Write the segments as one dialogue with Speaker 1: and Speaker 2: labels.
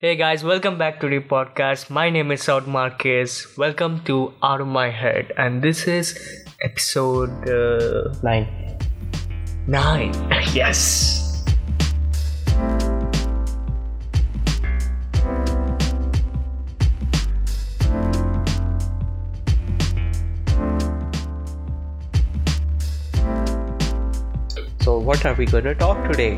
Speaker 1: Hey guys, welcome back to the podcast. My name is Saud Marquez. Welcome to Out of My Head, and this is episode uh,
Speaker 2: Nine.
Speaker 1: nine. yes.
Speaker 2: So what are we gonna talk today?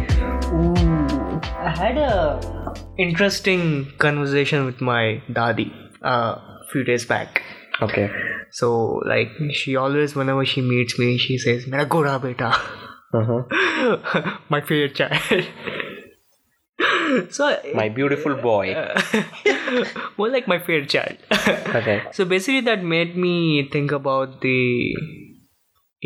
Speaker 1: Ooh, I had a interesting conversation with my daddy a few days back.
Speaker 2: Okay.
Speaker 1: So like she always, whenever she meets me, she says, "Mera gora beta."
Speaker 2: Uh-huh.
Speaker 1: my favorite child. so
Speaker 2: My beautiful boy.
Speaker 1: more like my favorite child.
Speaker 2: Okay.
Speaker 1: so basically, that made me think about the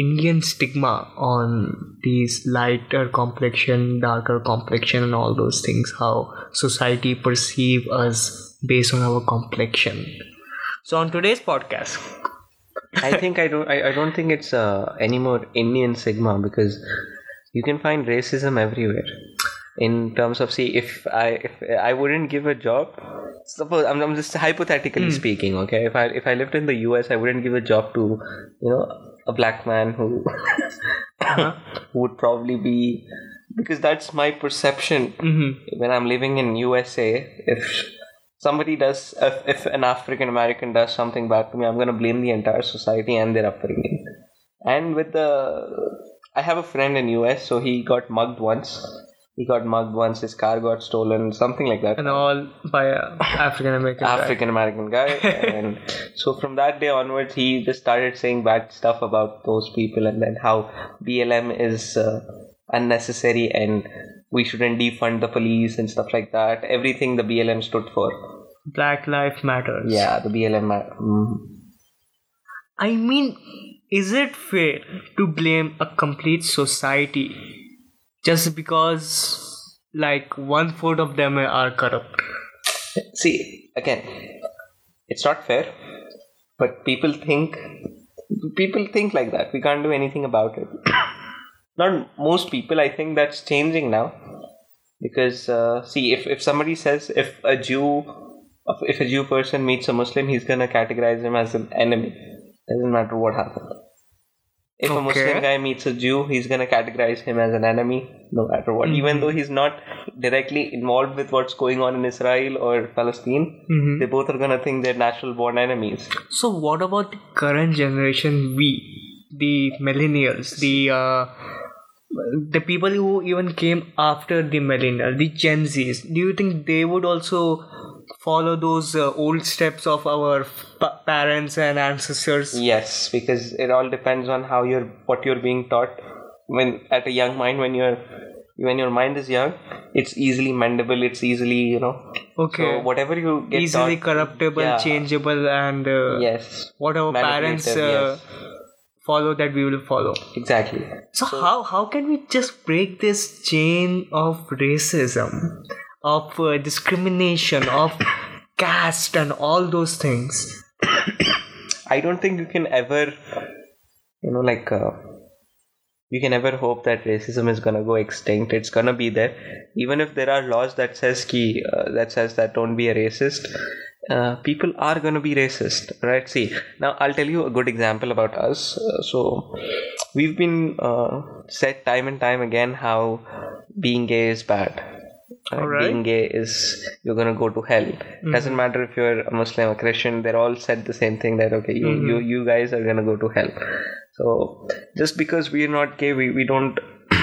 Speaker 1: Indian stigma on these lighter complexion, darker complexion, and all those things. How society perceive us based on our complexion. So on today's podcast,
Speaker 2: I think I don't. I, I don't think it's uh, anymore Indian sigma because you can find racism everywhere. In terms of see, if I if I wouldn't give a job, suppose I'm, I'm just hypothetically speaking. Okay, if I if I lived in the U.S., I wouldn't give a job to you know a black man who who would probably be because that's my perception
Speaker 1: Mhm.
Speaker 2: when I'm living in USA, if somebody does, if, if an African American does something back to me, I'm gonna blame the entire society and their upbringing. And with the, I have a friend in US, so he got mugged once. He got mugged once. His car got stolen, something like that.
Speaker 1: and all by a African American.
Speaker 2: African American guy, and so from that day onwards, he just started saying bad stuff about those people, and then how BLM is uh, unnecessary and we shouldn't defund the police and stuff like that. Everything the BLM stood for.
Speaker 1: Black Life Matters.
Speaker 2: Yeah, the BLM. ma- mm.
Speaker 1: I mean, is it fair to blame a complete society just because, like, one fourth of them are corrupt?
Speaker 2: See again, it's not fair, but people think people think like that. We can't do anything about it. not most people. I think that's changing now because uh, see, if if somebody says if a Jew if a Jew person meets a Muslim, he's gonna categorize him as an enemy. Doesn't matter what happened. If a
Speaker 1: Okay.
Speaker 2: Muslim guy meets a Jew, he's gonna categorize him as an enemy, no matter what. Even though he's not directly involved with what's going on in Israel or Palestine,
Speaker 1: Mhm.
Speaker 2: they both are gonna think they're natural born enemies.
Speaker 1: So, what about the current generation, we, the millennials, the uh, the people who even came after the millennial, the Gen Zs? Do you think they would also follow those uh, old steps of our pa- parents and ancestors?
Speaker 2: Yes, because it all depends on how you're what you're being taught when at a young mind when you're when your mind is young, it's easily mendable, it's easily, you know.
Speaker 1: Okay.
Speaker 2: So whatever you get
Speaker 1: easily
Speaker 2: taught,
Speaker 1: corruptible,
Speaker 2: yeah.
Speaker 1: changeable, and uh,
Speaker 2: yes.
Speaker 1: what our parents uh,
Speaker 2: manipulative,
Speaker 1: follow that we will follow.
Speaker 2: yes. Exactly.
Speaker 1: So, how how can we just break this chain of racism, of uh, discrimination, of caste, and all those things?
Speaker 2: I don't think you can ever, you know, like, uh, you can ever hope that racism is gonna go extinct. It's gonna be there, even if there are laws that says ki, uh, that says that don't be a racist. Uh, people are gonna be racist, right? See, now I'll tell you a good example about us. Uh, so, we've been uh, said time and time again how being gay is bad. Uh,
Speaker 1: Alright.
Speaker 2: Being gay is you're gonna go to hell. Doesn't matter if you're a Muslim or Christian, they're all said the same thing that okay, you you, you guys are gonna go to hell. So just because we're not gay, we, we don't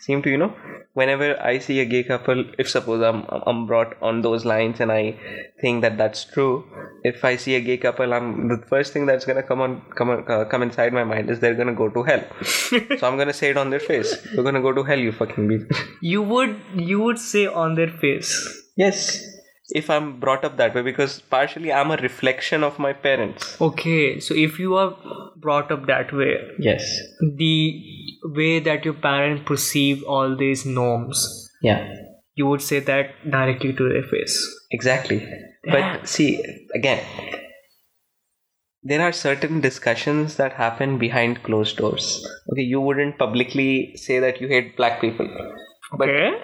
Speaker 2: seem to you know. Whenever I see a gay couple, if suppose I'm I'm brought on those lines and I think that that's true, if I see a gay couple, I'm the first thing that's gonna come on come on, uh, come inside my mind is they're gonna go to hell. so I'm gonna say it on their face. You're gonna go to hell, you fucking bitch.
Speaker 1: You would you would say on their face.
Speaker 2: Yes, if I'm brought up that way, because partially I'm a reflection of my parents.
Speaker 1: Okay, so if you are brought up that way,
Speaker 2: Yes.
Speaker 1: the way that your parents perceive all these norms,
Speaker 2: Yeah.
Speaker 1: you would say that directly to their face.
Speaker 2: Exactly.
Speaker 1: Damn.
Speaker 2: But see, again, there are certain discussions that happen behind closed doors. Okay, you wouldn't publicly say that you hate black people. But
Speaker 1: okay.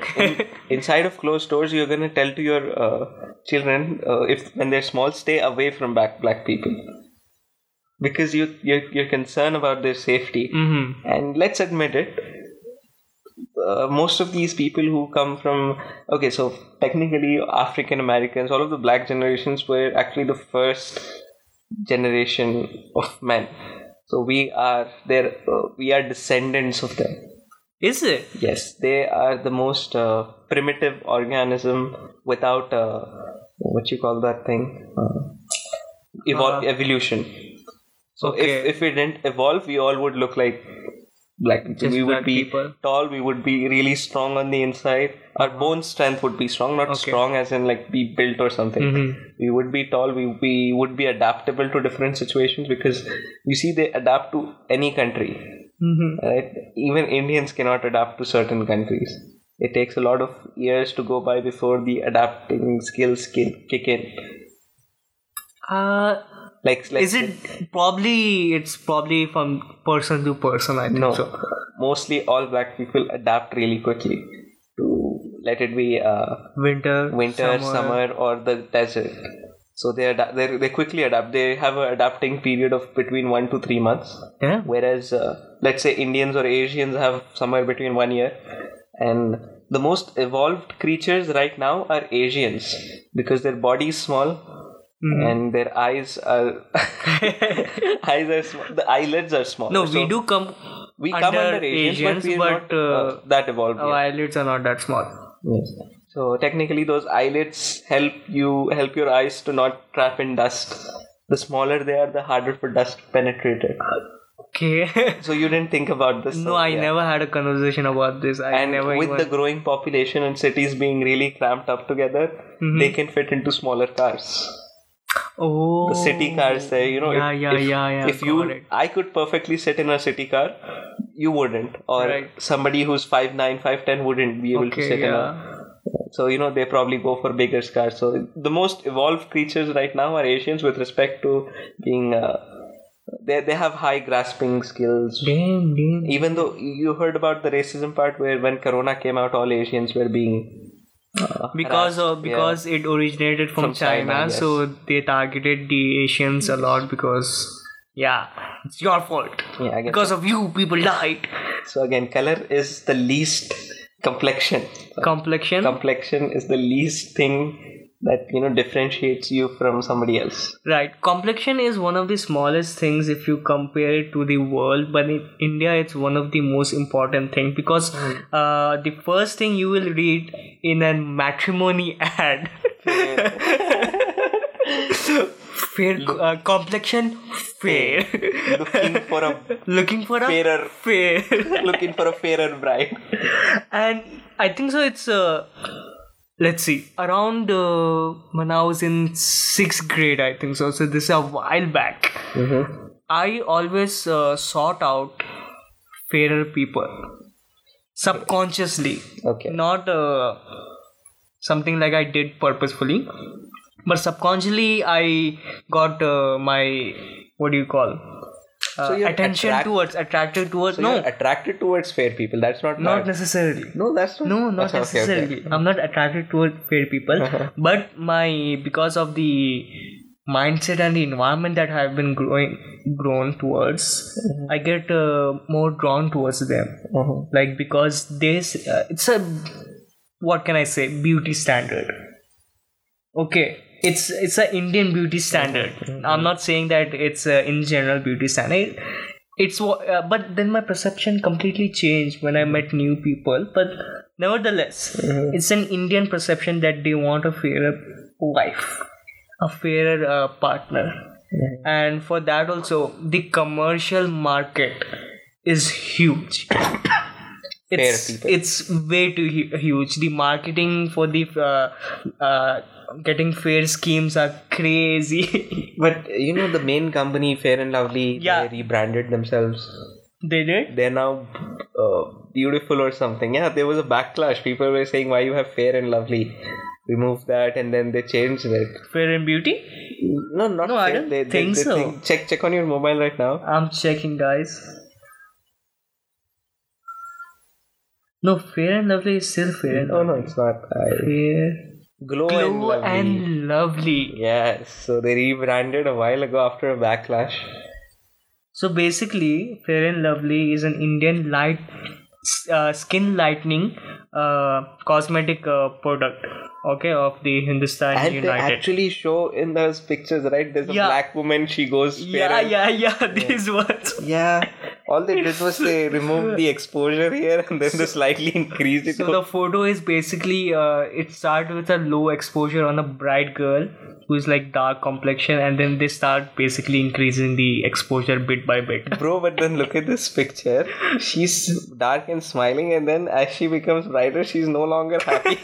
Speaker 2: in- inside of closed doors, you're gonna tell to your uh, children uh, if when they're small, stay away from black black people because you you're, you're concerned about their safety.
Speaker 1: mm-hmm.
Speaker 2: And let's admit it, uh, most of these people who come from okay, so technically African Americans, all of the black generations were actually the first generation of men. So we are there. Uh, we are descendants of them.
Speaker 1: Is it?
Speaker 2: Yes, they are the most uh, primitive organism without uh, what you call that thing uh, evol-
Speaker 1: Uh,
Speaker 2: evolution. So
Speaker 1: okay.
Speaker 2: if if we didn't evolve, we all would look like black people.
Speaker 1: Just
Speaker 2: we would
Speaker 1: black
Speaker 2: be
Speaker 1: people. Uh-huh.
Speaker 2: tall. We would be really strong on the inside. Our bone strength would be strong, not
Speaker 1: Okay.
Speaker 2: strong as in like be built or something.
Speaker 1: Mm-hmm.
Speaker 2: We would be tall. We we would be adaptable to different situations because you see they adapt to any country
Speaker 1: Mm-hmm.
Speaker 2: right? Even Indians cannot adapt to certain countries. It takes a lot of years to go by before the adapting skills ki- kick in.
Speaker 1: Uh,
Speaker 2: Like, like
Speaker 1: is it probably? It's probably from person to person. I think
Speaker 2: No,
Speaker 1: so.
Speaker 2: mostly all black people adapt really quickly to let it be uh,
Speaker 1: Winter,
Speaker 2: winter, summer. or the desert. So they adapt. They they quickly adapt. They have a adapting period of between one to three months.
Speaker 1: Yeah.
Speaker 2: whereas uh, let's say indians or asians have somewhere between one year and the most evolved creatures right now are asians because their body is small
Speaker 1: Mm-hmm.
Speaker 2: and their eyes are eyes are small the eyelids are small
Speaker 1: No, we do come.
Speaker 2: we
Speaker 1: under
Speaker 2: come under asians,
Speaker 1: Asians,
Speaker 2: but we are
Speaker 1: but,
Speaker 2: not uh, that evolved
Speaker 1: Our
Speaker 2: yet.
Speaker 1: eyelids are not that small.
Speaker 2: Yes. So technically, those eyelids help you help your eyes to not trap in dust. The smaller they are, the harder for dust to penetrate it.
Speaker 1: Okay.
Speaker 2: So you didn't think about this. uh,
Speaker 1: no,
Speaker 2: so
Speaker 1: I
Speaker 2: yeah.
Speaker 1: never had a conversation about this. I
Speaker 2: And
Speaker 1: never
Speaker 2: with
Speaker 1: even.
Speaker 2: the growing population and cities being really cramped up together,
Speaker 1: Mm-hmm.
Speaker 2: they can fit into smaller cars.
Speaker 1: oh.
Speaker 2: The city cars, there, you know,
Speaker 1: Yeah,
Speaker 2: if,
Speaker 1: yeah,
Speaker 2: if,
Speaker 1: yeah, yeah,
Speaker 2: if you,
Speaker 1: got it.
Speaker 2: I could perfectly sit in a city car, you wouldn't, or
Speaker 1: Right.
Speaker 2: somebody who's 5'9", 5'10", wouldn't be able to
Speaker 1: Okay.
Speaker 2: sit in a
Speaker 1: Yeah.
Speaker 2: so you know they probably go for bigger scars. So the most evolved creatures right now are Asians with respect to being. Uh, they they have high grasping skills.
Speaker 1: Damn, damn.
Speaker 2: Even though you heard about the racism part where when Corona came out, all Asians were being uh,
Speaker 1: because of because it originated from,
Speaker 2: From
Speaker 1: China,
Speaker 2: China, yes.
Speaker 1: so they targeted the Asians a lot because yeah, it's your fault.
Speaker 2: yeah. I guess.
Speaker 1: Because of you, people died.
Speaker 2: so again, color is the least complexion.
Speaker 1: Complexion.
Speaker 2: Complexion is the least thing that you know differentiates you from somebody else.
Speaker 1: Right, complexion is one of the smallest things if you compare it to the world, but in India, it's one of the most important thing because uh, the first thing you will read in a matrimony ad, fair uh, complexion, fair,
Speaker 2: Looking for a
Speaker 1: looking for a
Speaker 2: fairer,
Speaker 1: fair.
Speaker 2: looking for a fairer bride.
Speaker 1: and I think so. It's uh, let's see, around uh, when I was in sixth grade, I think so. So this is a while back. I always uh, sought out fairer people subconsciously,
Speaker 2: Okay.
Speaker 1: not uh, something like I did purposefully, but subconsciously I got uh, my what do you call. Uh,
Speaker 2: you're
Speaker 1: attention
Speaker 2: attract-
Speaker 1: towards attracted towards
Speaker 2: So
Speaker 1: no
Speaker 2: you're attracted towards fair people. That's not
Speaker 1: not
Speaker 2: bad.
Speaker 1: necessarily
Speaker 2: no, that's not.
Speaker 1: no not
Speaker 2: that's okay, okay.
Speaker 1: necessarily i'm not attracted toward fair people but my because of the mindset and the environment that i've been growing grown towards
Speaker 2: Mm-hmm.
Speaker 1: i get uh, more drawn towards them
Speaker 2: Mhm.
Speaker 1: like because this uh, it's a what can i say beauty standard okay it's it's an indian beauty standard i'm not saying that it's a in general beauty standard it's wha- uh, but then my perception completely changed when i met new people but nevertheless it's an indian perception that they want a fairer wife a fairer uh, partner and for that also the commercial market is huge it's
Speaker 2: people.
Speaker 1: it's way too hu- huge the marketing for the uh, uh, getting fair schemes are crazy
Speaker 2: But you know the main company, Fair and Lovely,
Speaker 1: Yeah.
Speaker 2: they rebranded themselves.
Speaker 1: they did
Speaker 2: They're now uh, beautiful or something. Yeah, there was a backlash. People were saying why you have Fair and Lovely. Remove that, and then they changed it.
Speaker 1: fair and beauty
Speaker 2: No, not
Speaker 1: No, I
Speaker 2: Fair.
Speaker 1: don't
Speaker 2: they, they-
Speaker 1: think
Speaker 2: they
Speaker 1: so.
Speaker 2: think- check check on your mobile right now.
Speaker 1: i'm checking guys No, Fair and Lovely is still Fair and
Speaker 2: No, no, it's not. I,
Speaker 1: Fair.
Speaker 2: glow, and
Speaker 1: Glow
Speaker 2: Lovely.
Speaker 1: and Lovely.
Speaker 2: Yes, so they rebranded a while ago after a backlash.
Speaker 1: So basically, Fair and Lovely is an Indian light uh, skin lightening uh, cosmetic uh, product. Okay, of the Hindustan
Speaker 2: And they
Speaker 1: United.
Speaker 2: actually show in those pictures, right? There's a
Speaker 1: Yeah.
Speaker 2: black woman, she goes fair
Speaker 1: yeah,
Speaker 2: and-
Speaker 1: yeah, yeah. These words.
Speaker 2: Yeah. All they did was they removed the exposure here and then they slightly increased it.
Speaker 1: So the photo is basically uh, it starts with a low exposure on a bright girl who is like dark complexion, and then they start basically increasing the exposure bit by bit.
Speaker 2: Bro, but then look at this picture. She's dark and smiling, and then as she becomes brighter, she's no longer happy.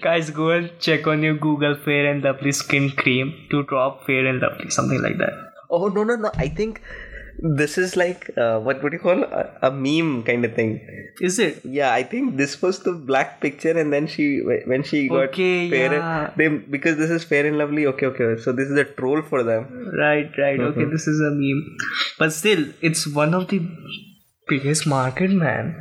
Speaker 1: Guys, go and check on your Google Fair and Lovely skin cream to drop Fair and Lovely, something like that.
Speaker 2: oh, no, no, no. I think this is like uh, what would you call a, a meme kind of thing.
Speaker 1: Is it?
Speaker 2: Yeah, I think this was the black picture, and then she when she got
Speaker 1: Okay,
Speaker 2: fair
Speaker 1: yeah.
Speaker 2: and, they because this is fair and lovely. Okay, okay. So this is a troll for them.
Speaker 1: Right, right. Okay,
Speaker 2: Mm-hmm.
Speaker 1: this is a meme. But still, it's one of the biggest market, man.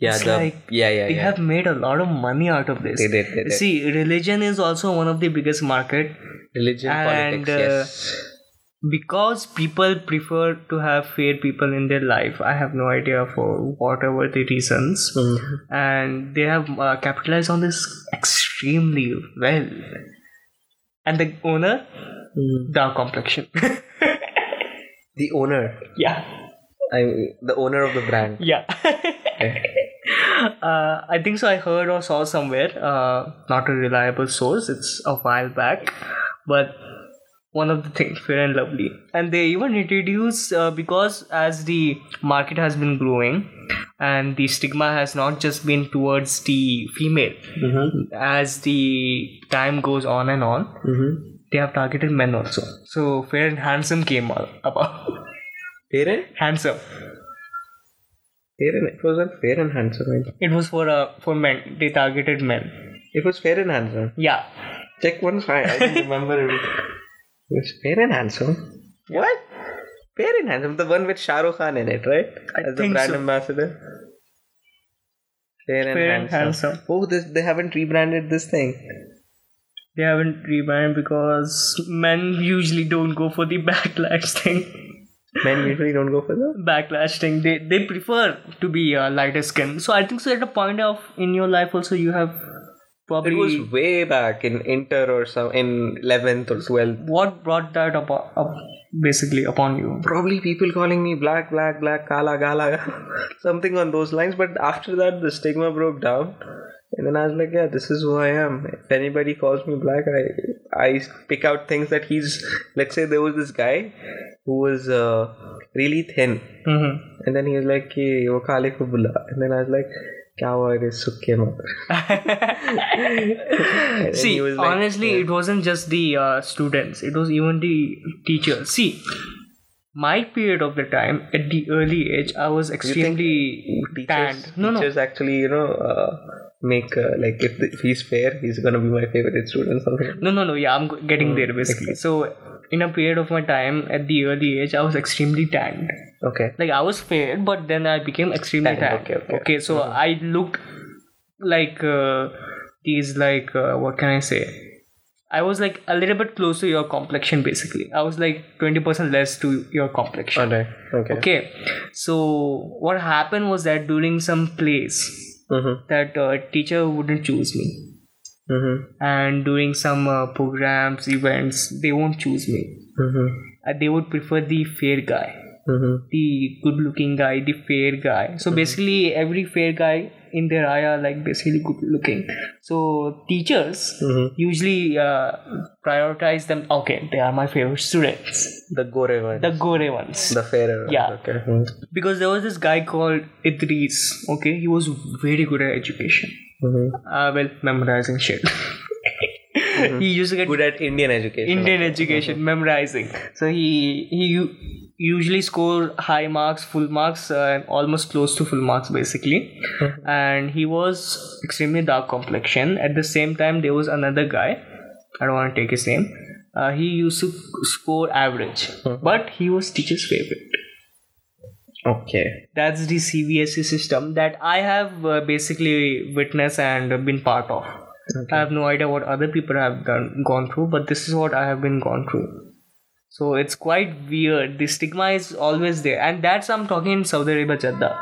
Speaker 2: Yeah,
Speaker 1: It's the- like
Speaker 2: yeah, yeah.
Speaker 1: They have made a lot of money out of this.
Speaker 2: They did, they did.
Speaker 1: See, religion is also one of the biggest market
Speaker 2: Religion,
Speaker 1: and,
Speaker 2: politics,
Speaker 1: uh,
Speaker 2: yes.
Speaker 1: because people prefer to have fair people in their life i have no idea for whatever the reasons
Speaker 2: uh,
Speaker 1: and they have uh, capitalized on this extremely well and the owner
Speaker 2: Mm.
Speaker 1: dark complexion
Speaker 2: The owner,
Speaker 1: yeah
Speaker 2: I the owner of the brand.
Speaker 1: yeah uh, i think so i heard or saw somewhere uh, not a reliable source it's a while back but one of the things fair and lovely and they even introduce uh, because as the market has been growing and the stigma has not just been towards the female
Speaker 2: Mm-hmm,
Speaker 1: as the time goes on and on
Speaker 2: mm-hmm.
Speaker 1: they have targeted men also so fair and handsome came a- about
Speaker 2: Fair and
Speaker 1: handsome
Speaker 2: fair and it wasn't fair and handsome. right?
Speaker 1: it was for uh, for men they targeted men
Speaker 2: It was fair and handsome.
Speaker 1: yeah
Speaker 2: Check once. I I don't remember it. It was fair and handsome. What? Fair and handsome, the one with Shah Rukh Khan in it, right?
Speaker 1: I
Speaker 2: As the
Speaker 1: think
Speaker 2: brand
Speaker 1: so.
Speaker 2: ambassador. Fair and
Speaker 1: Fair and
Speaker 2: handsome.
Speaker 1: handsome.
Speaker 2: Oh, this they haven't rebranded this thing.
Speaker 1: they haven't rebrand because men usually don't go for the backlash thing
Speaker 2: Men usually don't go for that.
Speaker 1: backlash thing they they prefer to be uh, lighter skin so i think so at a point of in your life also you have probably
Speaker 2: It was way back in inter or some in eleventh or twelfth.
Speaker 1: what brought that up, up basically upon you
Speaker 2: probably people calling me black, black, black, kala, gala, something on those lines. But after that, the stigma broke down, and then I was like, yeah, this is who I am. If anybody calls me black, I I pick out things that he's. Let's say there was this guy who was uh, really thin,
Speaker 1: mm-hmm.
Speaker 2: and then he was like, "Ki wo kale ko bula," and then I was like. क्या हुआ रे सुखे मत
Speaker 1: see honestly it wasn't just the uh, students it was even the teachers see my period of the time at the early age i was extremely
Speaker 2: teachers,
Speaker 1: tanned no no
Speaker 2: teachers actually you know uh, make uh, like if, if he's fair he's gonna be my favorite student something
Speaker 1: no no no yeah i'm go- getting
Speaker 2: Oh,
Speaker 1: there basically so in a period of my time at the early age i was extremely tanned
Speaker 2: Okay.
Speaker 1: like i was fair but then i became extremely tanned
Speaker 2: Tanned, okay, okay. Uh-huh.
Speaker 1: so i looked like uh, these like uh, what can i say i was like a little bit close to your complexion basically i was like 20% less to your complexion
Speaker 2: Alright. Okay.
Speaker 1: okay so what happened was that during some plays
Speaker 2: Mm-hmm.
Speaker 1: that uh, teacher wouldn't choose me
Speaker 2: Mm-hmm.
Speaker 1: and during some uh, programs events they won't choose me
Speaker 2: Mm-hmm.
Speaker 1: uh, they would prefer the fair guy
Speaker 2: Mm-hmm.
Speaker 1: the good looking guy the fair guy so basically every fair guy in their eye are like basically good looking so teachers
Speaker 2: Mm-hmm.
Speaker 1: usually uh, prioritize them okay they are my favorite students
Speaker 2: The gore one.
Speaker 1: the
Speaker 2: The,
Speaker 1: gore ones
Speaker 2: fairer one.
Speaker 1: Yeah.
Speaker 2: Okay. Mm.
Speaker 1: because there was this guy called idris okay he was very good at education
Speaker 2: Mm-hmm.
Speaker 1: uh, well memorizing shit he used to get
Speaker 2: Good at Indian education.
Speaker 1: Indian education, memorizing. So he he u- usually score high marks, full marks, uh, and almost close to full marks basically. and he was extremely dark complexion. At the same time, there was another guy. I don't want to take his name. Uh, he used to score average, but he was teacher's favorite.
Speaker 2: Okay.
Speaker 1: That's the CVSE system that I have uh, basically witnessed and been part of. I have no idea what other people have done gone through, but this is what I have been gone through. So it's quite weird. The stigma is always there, and that's I'm talking in Saudi Arabia, Jeddah,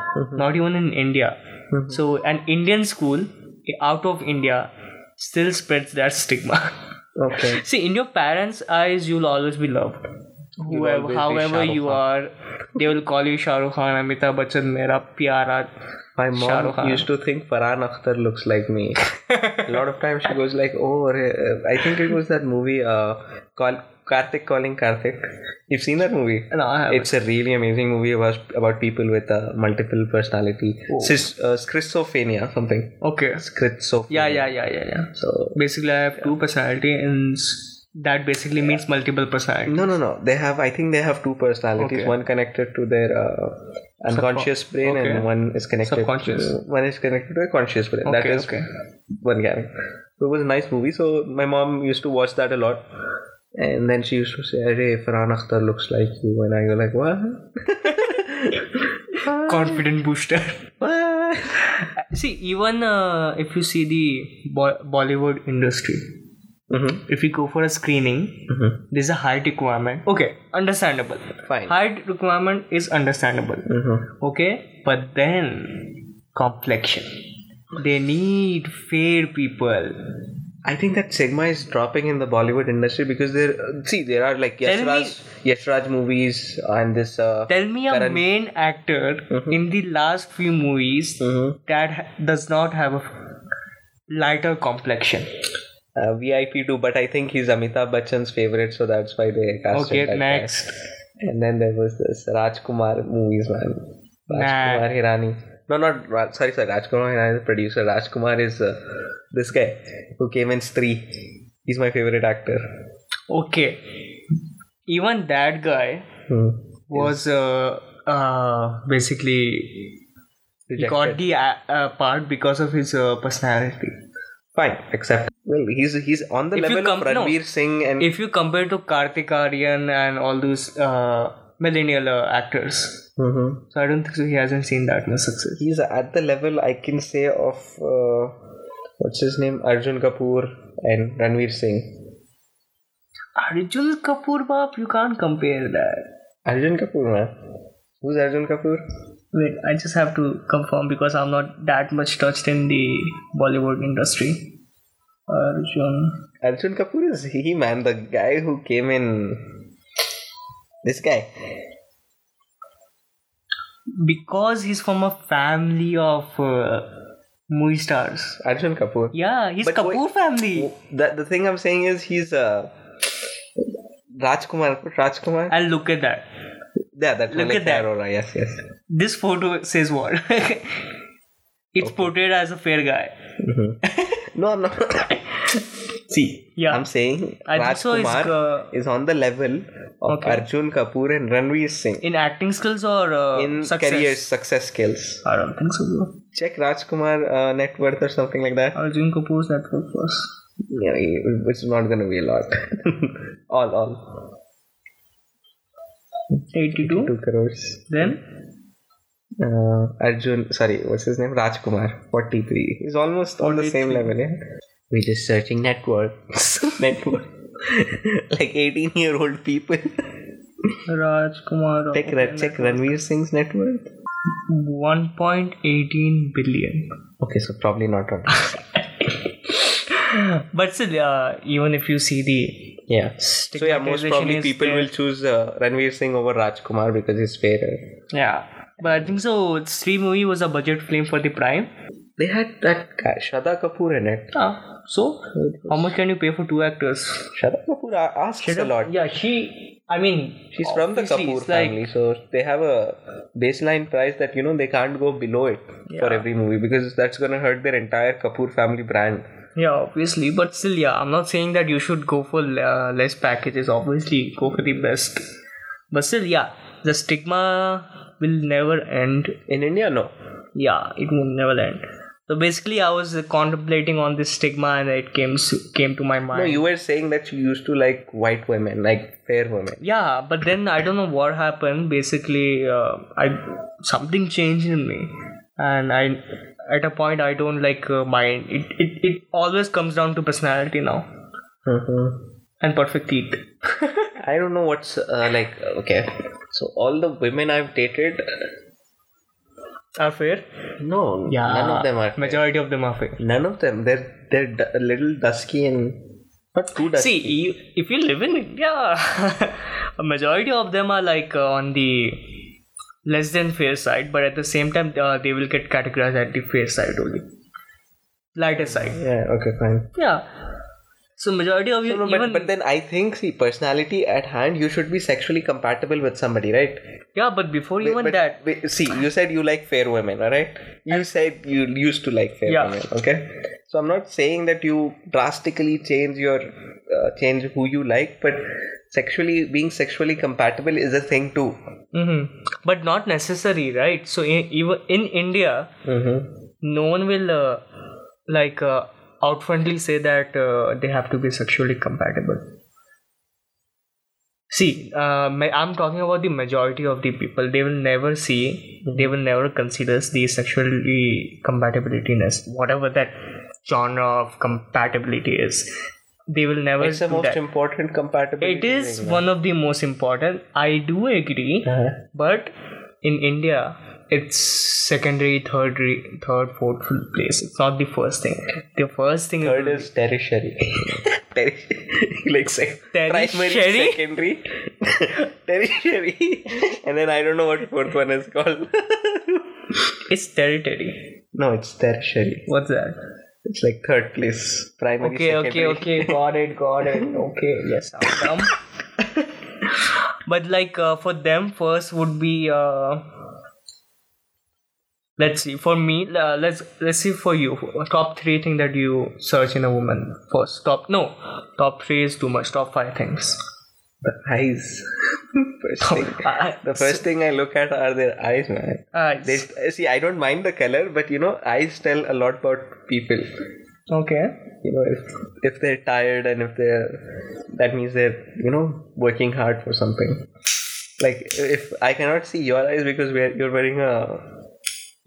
Speaker 1: not even in India. So an Indian school out of India still spreads that stigma.
Speaker 2: Okay.
Speaker 1: See, in your parents' eyes, you'll always be loved.
Speaker 2: You'll always
Speaker 1: Whoever,
Speaker 2: be
Speaker 1: however
Speaker 2: Shah
Speaker 1: you
Speaker 2: Rukh
Speaker 1: are, they will call you Shah Rukh Khan, Amitabh Bachchan, Mera Pyara.
Speaker 2: My
Speaker 1: Shah
Speaker 2: mom
Speaker 1: Rukh Khan.
Speaker 2: used to think Farhan Akhtar looks like me. a lot of times she goes like, "Oh, uh, I think it was that movie uh, called Karthik calling Karthik." You've seen that movie?
Speaker 1: No, I haven't.
Speaker 2: It's a really amazing movie about about people with uh, multiple personality,
Speaker 1: Oh.
Speaker 2: Sis, uh, schizophrenia, something.
Speaker 1: okay.
Speaker 2: Schizophrenia.
Speaker 1: Yeah, yeah, yeah, yeah, yeah.
Speaker 2: So
Speaker 1: Basically, I have two personality, and s- that basically means multiple personality.
Speaker 2: no, no, no. They have. I think they have two personalities.
Speaker 1: Okay.
Speaker 2: One connected to their uh, unconscious brain,
Speaker 1: okay.
Speaker 2: and one is connected.
Speaker 1: Subconscious.
Speaker 2: To, one is connected to their conscious brain. that
Speaker 1: Okay,
Speaker 2: is
Speaker 1: okay.
Speaker 2: one guy. So it was a nice movie. So my mom used to watch that a lot. And then she used to say, Hey, Farhan Akhtar looks like you. And I go like, what?
Speaker 1: Confident booster.
Speaker 2: what?
Speaker 1: see, even uh, if you see the Bo- Bollywood industry,
Speaker 2: Mm-hmm.
Speaker 1: if you go for a screening,
Speaker 2: Mm-hmm.
Speaker 1: there's a height requirement. Okay, understandable.
Speaker 2: Fine.
Speaker 1: Height requirement is understandable.
Speaker 2: Mm-hmm.
Speaker 1: Okay, but then complexion. They need fair people.
Speaker 2: I think that Sigma is dropping in the Bollywood industry because there, see, there are like
Speaker 1: Tell me-
Speaker 2: Yashraj, Yashraj movies and this. Uh,
Speaker 1: Tell me a
Speaker 2: Karan- Mm-hmm.
Speaker 1: main actor in the last few movies
Speaker 2: Mhm.
Speaker 1: that ha- does not have a lighter complexion.
Speaker 2: uh, VIP too, but I think he's Amitabh Bachchan's favorite, so that's why they cast him
Speaker 1: Okay,
Speaker 2: that guy.
Speaker 1: next.
Speaker 2: And then there was this Rajkumar movies, man. Rajkumar Hirani. No, not Raj, sorry, sorry. Rajkumar Hirani, is the producer. Rajkumar is uh, this guy who came in Stree. He's my favorite actor.
Speaker 1: Okay. Even that guy
Speaker 2: Hmm.
Speaker 1: was uh, uh, basically
Speaker 2: Rejected.
Speaker 1: got the uh, uh, part because of his uh, personality.
Speaker 2: Fine, accept. Well, he's he's on the
Speaker 1: If you
Speaker 2: level
Speaker 1: come-
Speaker 2: of
Speaker 1: no.
Speaker 2: Ranveer Singh and
Speaker 1: If you compare to Kartik Aryan and all those uh, millennial uh, actors,
Speaker 2: Mhm.
Speaker 1: so I don't think so. He hasn't seen that much success.
Speaker 2: he's at the level I can say of uh, what's his name Arjun Kapoor and Ranveer Singh.
Speaker 1: Arjun Kapoor, Bab, you can't compare that.
Speaker 2: Arjun Kapoor, man. Who's Arjun Kapoor?
Speaker 1: Wait, I just have to confirm because I'm not that much touched in the Bollywood industry. Arjun.
Speaker 2: Arjun Kapoor is he man, the guy who came in. This guy.
Speaker 1: Because he's from a family of uh, movie stars.
Speaker 2: Arjun Kapoor.
Speaker 1: Yeah, he's
Speaker 2: But
Speaker 1: Kapoor
Speaker 2: wait-
Speaker 1: family.
Speaker 2: The, the thing I'm saying is he's uh, Rajkumar. Rajkumar.
Speaker 1: And look at that.
Speaker 2: yeah, that one.
Speaker 1: look
Speaker 2: like
Speaker 1: at that.
Speaker 2: Aurora. Yes, yes.
Speaker 1: This photo says what? it's portrayed as a fair guy.
Speaker 2: No, I'm not. See,
Speaker 1: Yeah.
Speaker 2: I'm saying
Speaker 1: I think so it's,
Speaker 2: Rajkumar
Speaker 1: uh,
Speaker 2: is on the level of
Speaker 1: Okay.
Speaker 2: Arjun Kapoor and Ranveer Singh
Speaker 1: In acting skills or uh,
Speaker 2: in
Speaker 1: success?
Speaker 2: career success skills.
Speaker 1: I don't think so, bro.
Speaker 2: Check Rajkumar uh, net worth or something like that.
Speaker 1: Arjun Kapoor's network was.
Speaker 2: Yeah, it- it's not gonna be a lot. all, all.
Speaker 1: 82.
Speaker 2: Two crores.
Speaker 1: Then?
Speaker 2: Uh, Arjun, sorry, what's his name? Rajkumar, 43. He's almost on the same level, yeah? We're just searching network. network. like 18 year old people.
Speaker 1: Rajkumar.
Speaker 2: check, Ra- check Ranveer Singh's net worth.
Speaker 1: 1.18 billion.
Speaker 2: Okay, so probably not on.
Speaker 1: But still, uh, even if you see the.
Speaker 2: Yeah. So, yeah, most
Speaker 1: Stigmatization
Speaker 2: probably
Speaker 1: is
Speaker 2: people
Speaker 1: there.
Speaker 2: will choose uh, Ranveer Singh over Rajkumar because he's fairer.
Speaker 1: Yeah. But I think so. Sri movie was a budget film for the Prime.
Speaker 2: They had that guy, Shraddha Kapoor, in it.
Speaker 1: Yeah. So, how much can you pay for two actors?
Speaker 2: Shraddha Kapoor a- asks a lot.
Speaker 1: Yeah, she. I mean,
Speaker 2: She's from the
Speaker 1: obviously
Speaker 2: Kapoor
Speaker 1: it's like-
Speaker 2: family, so they have a baseline price that you know they can't go below it for every movie because that's gonna hurt their entire Kapoor family brand.
Speaker 1: Yeah, obviously, but still, yeah, I'm not saying that you should go for uh, less packages. Obviously, go for the best. But still, yeah, the stigma will never end.
Speaker 2: In India, no.
Speaker 1: Yeah, it will never end. So basically, I was contemplating on this stigma, and it came came to my mind.
Speaker 2: No, you were saying that you used to like white women, like fair women.
Speaker 1: yeah, but then I don't know what happened. Basically, uh, I something changed in me, and I at a point I don't like uh, mind. It, it it always comes down to personality now Mm-hmm. and perfect teeth.
Speaker 2: I don't know what's uh, like. Okay, so all the women I've dated, uh,
Speaker 1: Are fair?
Speaker 2: no, none of them are.
Speaker 1: Majority of them are fair.
Speaker 2: None of them. They're they're d- a little dusky and not too dusky.
Speaker 1: See, you, if you live in India, a majority of them are like uh, on the less than fair side, but at the same time, uh, they will get categorized at the fair side only, lighter side.
Speaker 2: Yeah. Okay. Fine.
Speaker 1: Yeah. So majority of you,
Speaker 2: No,
Speaker 1: even
Speaker 2: but, but then I think, see, personality at hand, you should be sexually compatible with somebody, right?
Speaker 1: yeah, but before even
Speaker 2: But
Speaker 1: that,
Speaker 2: wait, see, you said you like fair women, alright? You said you used to like fair
Speaker 1: Yeah.
Speaker 2: women, okay? So I'm not saying that you drastically change your uh, change who you like, but sexually being sexually compatible is a thing too.
Speaker 1: hmm but not necessary, right? So in, even in India,
Speaker 2: Mm-hmm.
Speaker 1: no one will uh, like uh, out frontly say that uh, they have to be sexually compatible. See, uh, ma- I'm talking about the majority of the people. They will never see,
Speaker 2: Mm-hmm.
Speaker 1: they will never consider the sexually compatibilityness, whatever that genre of compatibility is. They will never.
Speaker 2: It's the
Speaker 1: do
Speaker 2: most
Speaker 1: that.
Speaker 2: important compatibility.
Speaker 1: It is one of the most important. I do agree,
Speaker 2: Uh-huh.
Speaker 1: but in India, it's secondary, third, re- third, fourth place. It's not the first thing. The first thing
Speaker 2: Third
Speaker 1: is
Speaker 2: is tertiary. tertiary. like sec-
Speaker 1: Tertiary?
Speaker 2: primary, secondary, tertiary. and then I don't know what fourth one is called.
Speaker 1: it's territory.
Speaker 2: no, it's tertiary.
Speaker 1: What's that?
Speaker 2: It's like third place. Primary,
Speaker 1: Okay, okay,
Speaker 2: secondary.
Speaker 1: okay. Got it, got it. Okay, yes, I'm dumb. but like uh, for them, first would be. Uh, Let's see. For me, uh, let's let's see for you. Top three thing that you search in a woman first. Top no, top three is too much. Top five things. Uh,
Speaker 2: The eyes. first thing.
Speaker 1: I-
Speaker 2: The first thing I look at are their eyes, man.
Speaker 1: I-
Speaker 2: They, see, I don't mind the color, but you know, eyes tell a lot about people.
Speaker 1: okay.
Speaker 2: you know if if they're tired and if they're that means they're you know working hard for something like if i cannot see your eyes because we're, you're wearing a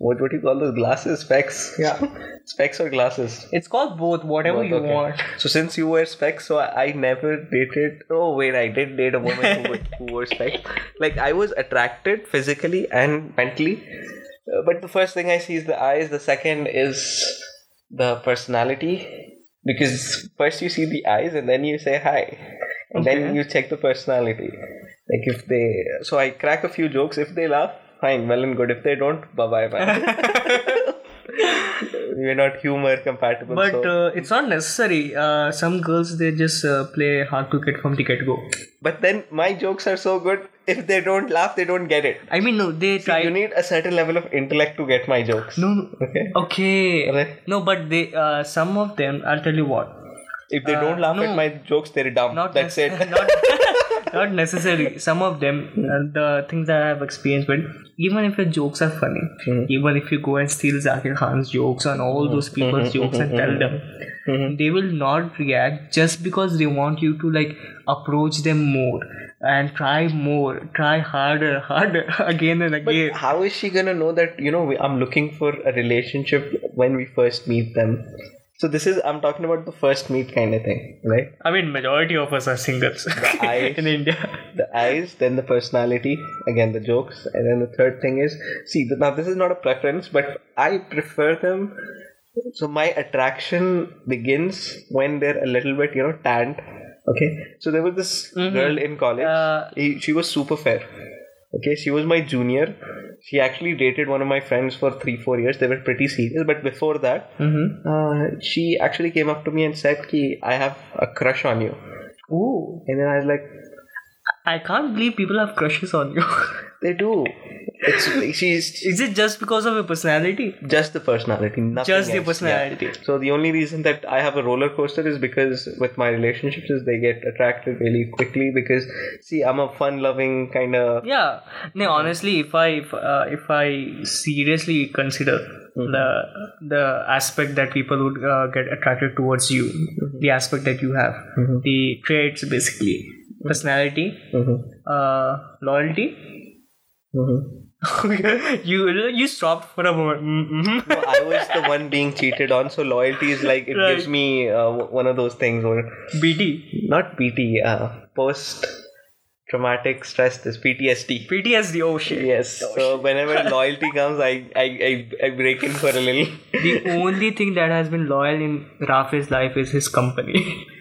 Speaker 2: what what do you call those glasses specs
Speaker 1: Yeah.
Speaker 2: specs or glasses
Speaker 1: It's called both. Whatever you
Speaker 2: Okay.
Speaker 1: want.
Speaker 2: so since you wear specs so i, I never dated oh wait i did date a woman who, wore- who wore specs like i was attracted physically and mentally uh, but the first thing i see is the eyes the second is the personality because first you see the eyes and then you say hi and then
Speaker 1: Okay.
Speaker 2: you check the personality like if they so i crack a few jokes if they laugh fine well and good if they don't bye bye bye we're not humor compatible
Speaker 1: But
Speaker 2: so.
Speaker 1: uh, it's not necessary. Uh, some girls they just uh, play hard to get from the get go.
Speaker 2: But then my jokes are so good. If they don't laugh, they don't get it.
Speaker 1: I mean, no, they try.
Speaker 2: You need a certain level of intellect to get my jokes.
Speaker 1: no, no.
Speaker 2: Okay.
Speaker 1: Okay.
Speaker 2: Right.
Speaker 1: No, but they. Uh, some of them. I'll tell you what.
Speaker 2: If they don't laugh at my jokes, they're dumb.
Speaker 1: Uh, Not
Speaker 2: That's
Speaker 1: nec-
Speaker 2: it.
Speaker 1: not, not necessary. Some of them, uh, the things that I have experienced with, even if your jokes are funny,
Speaker 2: Hmm.
Speaker 1: even if you go and steal Zakir Khan's jokes and all those people's jokes and tell them, they will not react just because they want you to like approach them more and try more, try harder, harder again and again.
Speaker 2: How is she gonna know that you know we- I'm looking for a relationship when we first meet them? So this is I'm talking about the first meet kind of thing, right?
Speaker 1: I mean, majority of us are singles
Speaker 2: eyes.
Speaker 1: in India.
Speaker 2: the eyes, then the personality, again the jokes, and then the third thing is see. th- Now this is not a preference, but I prefer them. So my attraction begins when they're a little bit, you know, tanned. Okay, so there was this girl in college.
Speaker 1: Uh,
Speaker 2: He- she was super fair. Okay, she was my junior. She actually dated one of my friends for three, four years. They were pretty serious, but before that,
Speaker 1: Mm-hmm.
Speaker 2: uh, she actually came up to me and said, "Ki I have a crush on you,"
Speaker 1: Ooh, oh,
Speaker 2: and then I was like,
Speaker 1: I can't believe people have crushes on you.
Speaker 2: They do. It's, she's
Speaker 1: Is it just because of your personality?
Speaker 2: just the personality, nothing
Speaker 1: Just the
Speaker 2: else.
Speaker 1: personality.
Speaker 2: Yeah. So the only reason that I have a roller coaster is because with my relationships is they get attracted really quickly because see I'm a fun-loving kind of
Speaker 1: Yeah. No, honestly, if I if, uh, if I seriously consider the the aspect that people would uh, get attracted towards you, the aspect that you have, the traits basically, personality, uh, loyalty. you you stopped for a moment. Mm-hmm.
Speaker 2: I was the one being cheated on, so loyalty is like it gives me uh, w- one of those things where
Speaker 1: BT
Speaker 2: not PT, uh, post traumatic stress, this PTSD.
Speaker 1: PTSD. Oh shit.
Speaker 2: Yes. So whenever loyalty comes, I I, I I break in for a little.
Speaker 1: The only thing that has been loyal in Rafi's life is his company.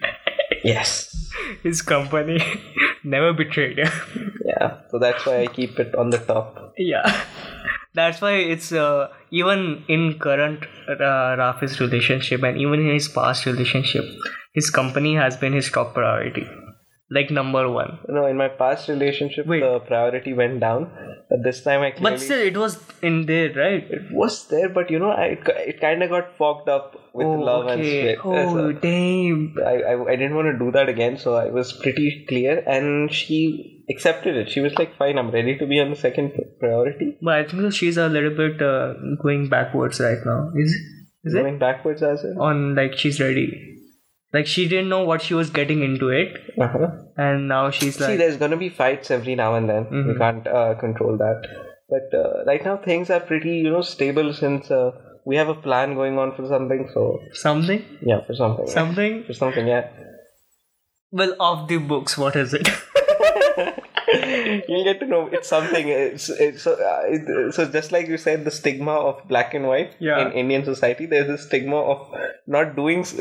Speaker 2: Yes.
Speaker 1: his company never betrayed him.
Speaker 2: Yeah. So that's why I keep it on the top.
Speaker 1: yeah that's why it's uh, even in current uh, rafi's relationship and even in his past relationship his company has been his top priority like number one
Speaker 2: No, in my past relationship,
Speaker 1: Wait.
Speaker 2: the priority went down, but this time I clearly
Speaker 1: but still it was in there right
Speaker 2: it was there. But you know, I it kind of got fogged up with love and
Speaker 1: okay.
Speaker 2: split.
Speaker 1: oh damn
Speaker 2: I, I, I didn't want to do that again, so I was pretty clear, and she accepted it. She was like, "Fine, I'm ready to be on the second priority."
Speaker 1: but i think she's a little bit uh, going backwards right now is is it
Speaker 2: Going backwards as well.
Speaker 1: on like she's ready like she didn't know what she was getting into it
Speaker 2: Uh-huh.
Speaker 1: and now she's
Speaker 2: See,
Speaker 1: like
Speaker 2: there's gonna be fights every now and then.
Speaker 1: Mm-hmm.
Speaker 2: You can't uh, control that. But uh, right now, things are pretty, you know, stable since uh, we have a plan going on for something. So
Speaker 1: something
Speaker 2: yeah, for something,
Speaker 1: something
Speaker 2: for something, yeah.
Speaker 1: Well, of the books, what is it?
Speaker 2: You'll get to know it's something. It's, it's uh, it, so just like you said, the stigma of black and white
Speaker 1: Yeah.
Speaker 2: in Indian society. There's a stigma of not doing, s-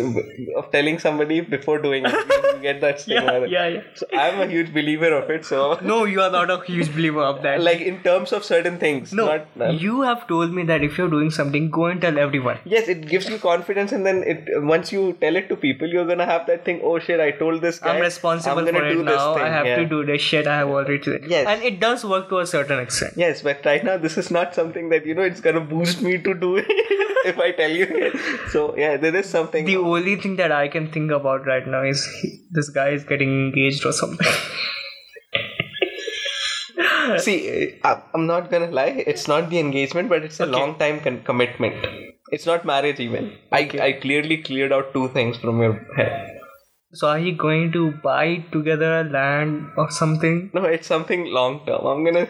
Speaker 2: of telling somebody before doing it. You, you get that stigma.
Speaker 1: yeah, yeah.
Speaker 2: So I'm a huge believer of it. So
Speaker 1: No, you are not a huge believer of that.
Speaker 2: like in terms of certain things,
Speaker 1: no,
Speaker 2: not. um,
Speaker 1: you have told me that if you're doing something, go and tell everyone.
Speaker 2: Yes, it gives you confidence, and then it once you tell it to people, you're gonna have that thing. Oh shit! I told this guy.
Speaker 1: I'm responsible
Speaker 2: I'm gonna
Speaker 1: for it
Speaker 2: do this
Speaker 1: now. I
Speaker 2: thing,"
Speaker 1: have
Speaker 2: yeah.
Speaker 1: to do this shit. I have already done.
Speaker 2: Yes.
Speaker 1: And it does work to a certain extent.
Speaker 2: Yes, but right now this is not something that you know it's gonna boost me to do it if I tell you. So yeah, there is something.
Speaker 1: The only thing that I can think about right now is this guy is getting engaged or something.
Speaker 2: See, I- I'm not gonna lie. It's not the engagement, but it's a long time con- commitment. It's not marriage even. I I clearly cleared out two things from your head.
Speaker 1: So are you going to buy together a land or something?
Speaker 2: No, it's something long term. I'm gonna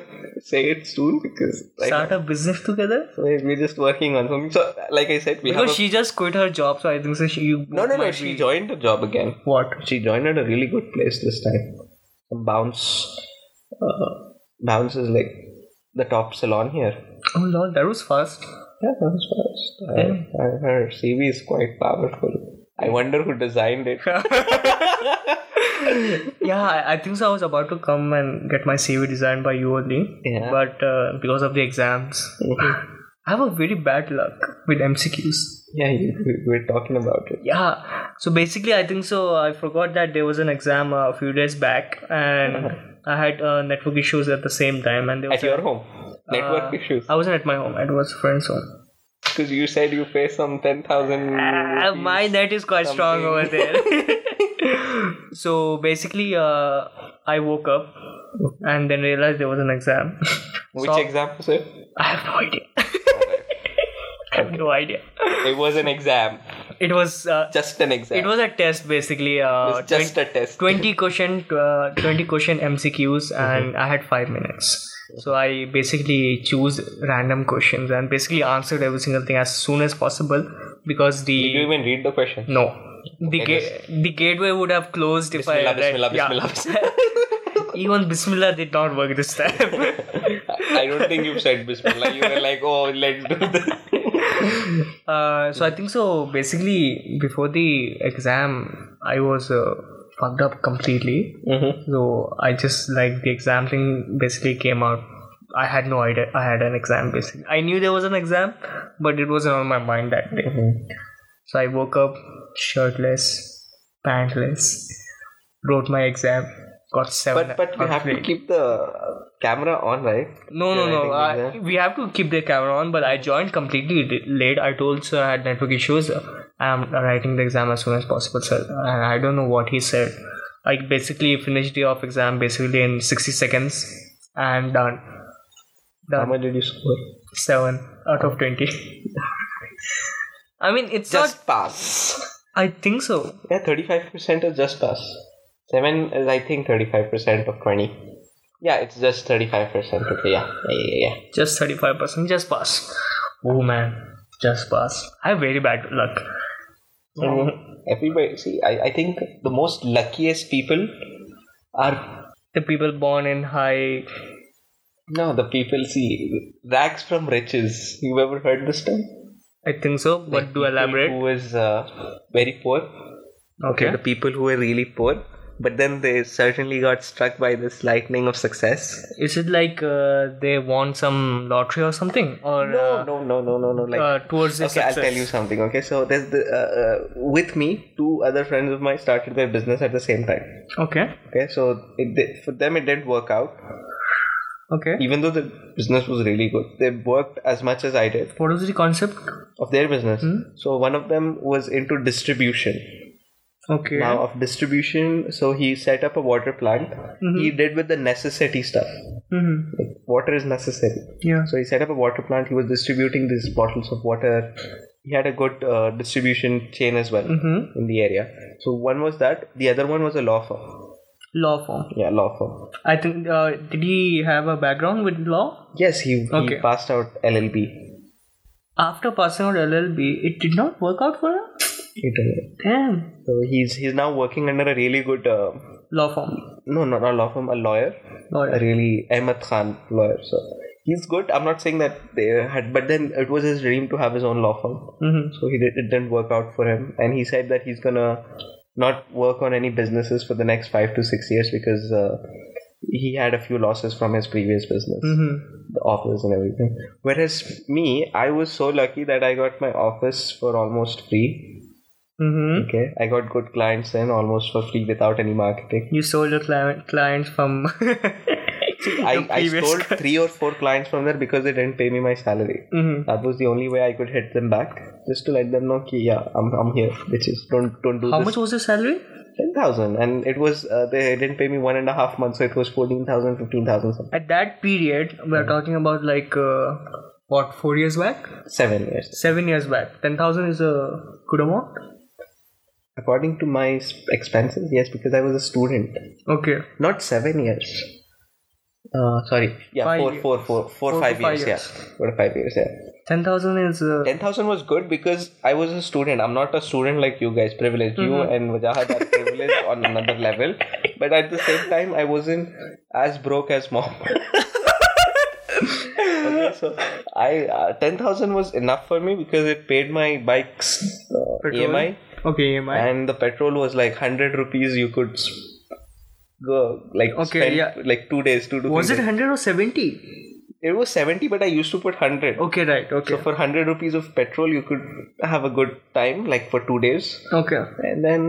Speaker 2: say it soon because like
Speaker 1: Start a business together?
Speaker 2: we're just working on something. So like I said, we have.
Speaker 1: Because
Speaker 2: a-
Speaker 1: she just quit her job, so I think so she you
Speaker 2: no, no, no.
Speaker 1: might
Speaker 2: She
Speaker 1: be-
Speaker 2: joined the job again.
Speaker 1: what?
Speaker 2: She joined at a really good place this time. Bounce. Uh, Bounce is like the top salon here.
Speaker 1: Oh lol, that was fast.
Speaker 2: Yeah, that was fast. Uh, uh, her CV is quite powerful. I wonder who designed it.
Speaker 1: Yeah, I, I think so. I was about to come and get my CV designed by you only,
Speaker 2: Yeah.
Speaker 1: but uh, because of the exams, I have a very bad luck with MCQs.
Speaker 2: yeah, you, we- we're talking about it.
Speaker 1: Yeah, so basically, I think so. I forgot that there was an exam uh, a few days back, and I had uh, network issues at the same time, and there was
Speaker 2: At your home. Network
Speaker 1: uh,
Speaker 2: issues.
Speaker 1: I wasn't at my home; it was friend's home.
Speaker 2: Because you said you pay some 10,000.
Speaker 1: Uh, my net is quite strong over there. so basically, uh, I woke up and then realized there was an exam.
Speaker 2: Which
Speaker 1: so-
Speaker 2: exam was it?
Speaker 1: I have no idea. I have no idea.
Speaker 2: It was an exam.
Speaker 1: It was uh,
Speaker 2: Just an exam.
Speaker 1: it was a test basically. Uh,
Speaker 2: It's just a test.
Speaker 1: 20 question uh, 20 question mcqs
Speaker 2: Mm-hmm.
Speaker 1: and i had 5 minutes so i basically choose random questions and basically answered every single thing as soon as possible because the
Speaker 2: Did you even read the question?
Speaker 1: No. The ga- the gateway would have closed if I
Speaker 2: Bismillah,
Speaker 1: read-
Speaker 2: bismillah,
Speaker 1: yeah.
Speaker 2: bismillah, bismillah.
Speaker 1: Even Bismillah did not work this time.
Speaker 2: I I don't think you said Bismillah. You were like, oh, let's do this.
Speaker 1: uh, so I think so. Basically, before the exam, I was uh, fucked up completely.
Speaker 2: Mm-hmm.
Speaker 1: So I just like the exam thing basically came out. I had no idea I had an exam basically. I knew there was an exam, but it wasn't on my mind that day.
Speaker 2: Mm-hmm.
Speaker 1: So I woke up shirtless, pantless, wrote my exam, got seven.
Speaker 2: But but we
Speaker 1: out
Speaker 2: have
Speaker 1: of
Speaker 2: to
Speaker 1: eight.
Speaker 2: keep the camera on, right?
Speaker 1: No, no,
Speaker 2: Yeah, I
Speaker 1: no.
Speaker 2: think
Speaker 1: I,
Speaker 2: it's
Speaker 1: we have to keep the camera on, but I joined completely d- late. I told sir I had network issues. I'm writing the exam as soon as possible, sir. And I don't know what he said. I basically finished the off exam basically in 60 seconds and done.
Speaker 2: How
Speaker 1: Done.
Speaker 2: much did you score?
Speaker 1: 7 out of 20. I mean, it's not.
Speaker 2: Just pass.
Speaker 1: I think so.
Speaker 2: Yeah, thirty-five percent of just pass. Seven is I think thirty-five percent of twenty. Yeah, it's just thirty-five percent. Okay, yeah, yeah, yeah, yeah.
Speaker 1: Just 35%. Just pass. Oh man. Just pass. I have very bad luck.
Speaker 2: Mm-hmm. Everybody, see, I, I think the most luckiest people are
Speaker 1: The people born in high
Speaker 2: no the people see rags from riches. You ever heard this term?
Speaker 1: I think so, but do elaborate.
Speaker 2: Who was uh, very poor?
Speaker 1: Okay.
Speaker 2: The people who were really poor, but then they certainly got struck by this lightning of success.
Speaker 1: Is it like uh, they won some lottery or something, or
Speaker 2: No,
Speaker 1: uh,
Speaker 2: no, no, no, no, no. Like
Speaker 1: uh, towards the
Speaker 2: okay, I'll
Speaker 1: success?
Speaker 2: tell you something. Okay, so there's the uh, uh, with me two other friends of mine started their business at the same time.
Speaker 1: Okay,
Speaker 2: Okay, so it did, for them it didn't work out,
Speaker 1: okay.
Speaker 2: even though the business was really good. They worked as much as I did
Speaker 1: What was the concept?
Speaker 2: of their business.
Speaker 1: Hmm?
Speaker 2: So one of them was into distribution.
Speaker 1: Okay,
Speaker 2: Now of distribution, so he set up a water plant. He did with the necessity stuff.
Speaker 1: hmm
Speaker 2: Like, water is necessary.
Speaker 1: yeah,
Speaker 2: So he set up a water plant. He was distributing these bottles of water. He had a good uh, distribution chain as well
Speaker 1: Mhm.
Speaker 2: in the area. So one was that. The other one was a law firm.
Speaker 1: law firm.
Speaker 2: Yeah, law firm.
Speaker 1: I think uh, did he have a background with law?
Speaker 2: Yes, he,
Speaker 1: Okay.
Speaker 2: he passed out LLB.
Speaker 1: After passing out LLB, it did not work out for him.
Speaker 2: It-
Speaker 1: Damn,
Speaker 2: So he's he's now working under a really good uh,
Speaker 1: law firm.
Speaker 2: no not a law firm a lawyer a
Speaker 1: Lawyer.
Speaker 2: really Ahmad Khan lawyer. So he's good. I'm not saying that they had, but then it was his dream to have his own law firm.
Speaker 1: hmm
Speaker 2: so he did, it didn't work out for him and he said that he's gonna not work on any businesses for the next five to six years because uh, he had a few losses from his previous business
Speaker 1: hmm
Speaker 2: the office and everything whereas me i was so lucky that i got my office for almost free
Speaker 1: hmm
Speaker 2: okay i got good clients in almost for free without any marketing
Speaker 1: You sold your client clients from.
Speaker 2: I, I stole three or four clients from there because they didn't pay me my salary
Speaker 1: hmm
Speaker 2: that was the only way i could hit them back just to let them know ki, yeah i'm, I'm here which is don't don't do
Speaker 1: How
Speaker 2: this
Speaker 1: much was your salary?
Speaker 2: ten thousand, and it was uh, they didn't pay me one and a half months, so it was fourteen thousand, fifteen thousand, something.
Speaker 1: at that period we're talking about like uh, what four years back
Speaker 2: Seven years,
Speaker 1: seven years back 10000 is a good amount
Speaker 2: according to my s- expenses. Yes, because I was a student.
Speaker 1: okay
Speaker 2: Not seven years. Uh, sorry. Yeah,
Speaker 1: Five
Speaker 2: four,
Speaker 1: years.
Speaker 2: four, four, four,
Speaker 1: Four to
Speaker 2: five
Speaker 1: five
Speaker 2: years,
Speaker 1: years.
Speaker 2: Yeah, four to five years. Yeah,
Speaker 1: 10000 is uh,
Speaker 2: ten thousand was good because I was a student. I'm not a student like you guys, privileged. You
Speaker 1: Mm-hmm.
Speaker 2: and Vajahat are privileged on another level, but at the same time, I wasn't as broke as mom. Okay, so I uh, ten thousand was enough for me because it paid my bike's uh,
Speaker 1: Petrol.
Speaker 2: EMI,
Speaker 1: okay am I?
Speaker 2: and the petrol was like hundred rupees. You could s- go like
Speaker 1: Okay,
Speaker 2: spend
Speaker 1: yeah.
Speaker 2: like two days, two to
Speaker 1: was
Speaker 2: three
Speaker 1: it
Speaker 2: days.
Speaker 1: 100 or 70
Speaker 2: It was seventy, but I used to put hundred.
Speaker 1: okay right okay
Speaker 2: So for hundred rupees of petrol, you could have a good time, like for two days.
Speaker 1: okay
Speaker 2: And then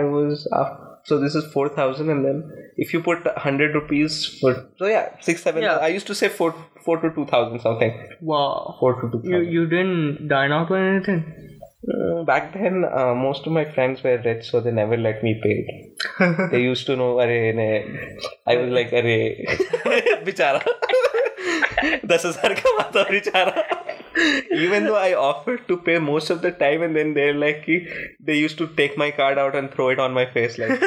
Speaker 2: I was after, so this is four thousand, and then if you put hundred rupees for so yeah six seven.
Speaker 1: Yeah.
Speaker 2: I used to say four four to two thousand something.
Speaker 1: wow
Speaker 2: Four to two thousand.
Speaker 1: you you didn't dine out or anything
Speaker 2: Uh, back then, uh, most of my friends were rich, so they never let me pay. they used to know, "Arey, ne. I was like, "Arey, bichara." दस हजार का माता बेचारा even though i offered to pay most of the time and then they're like कि they used to take my card out and throw it on my face like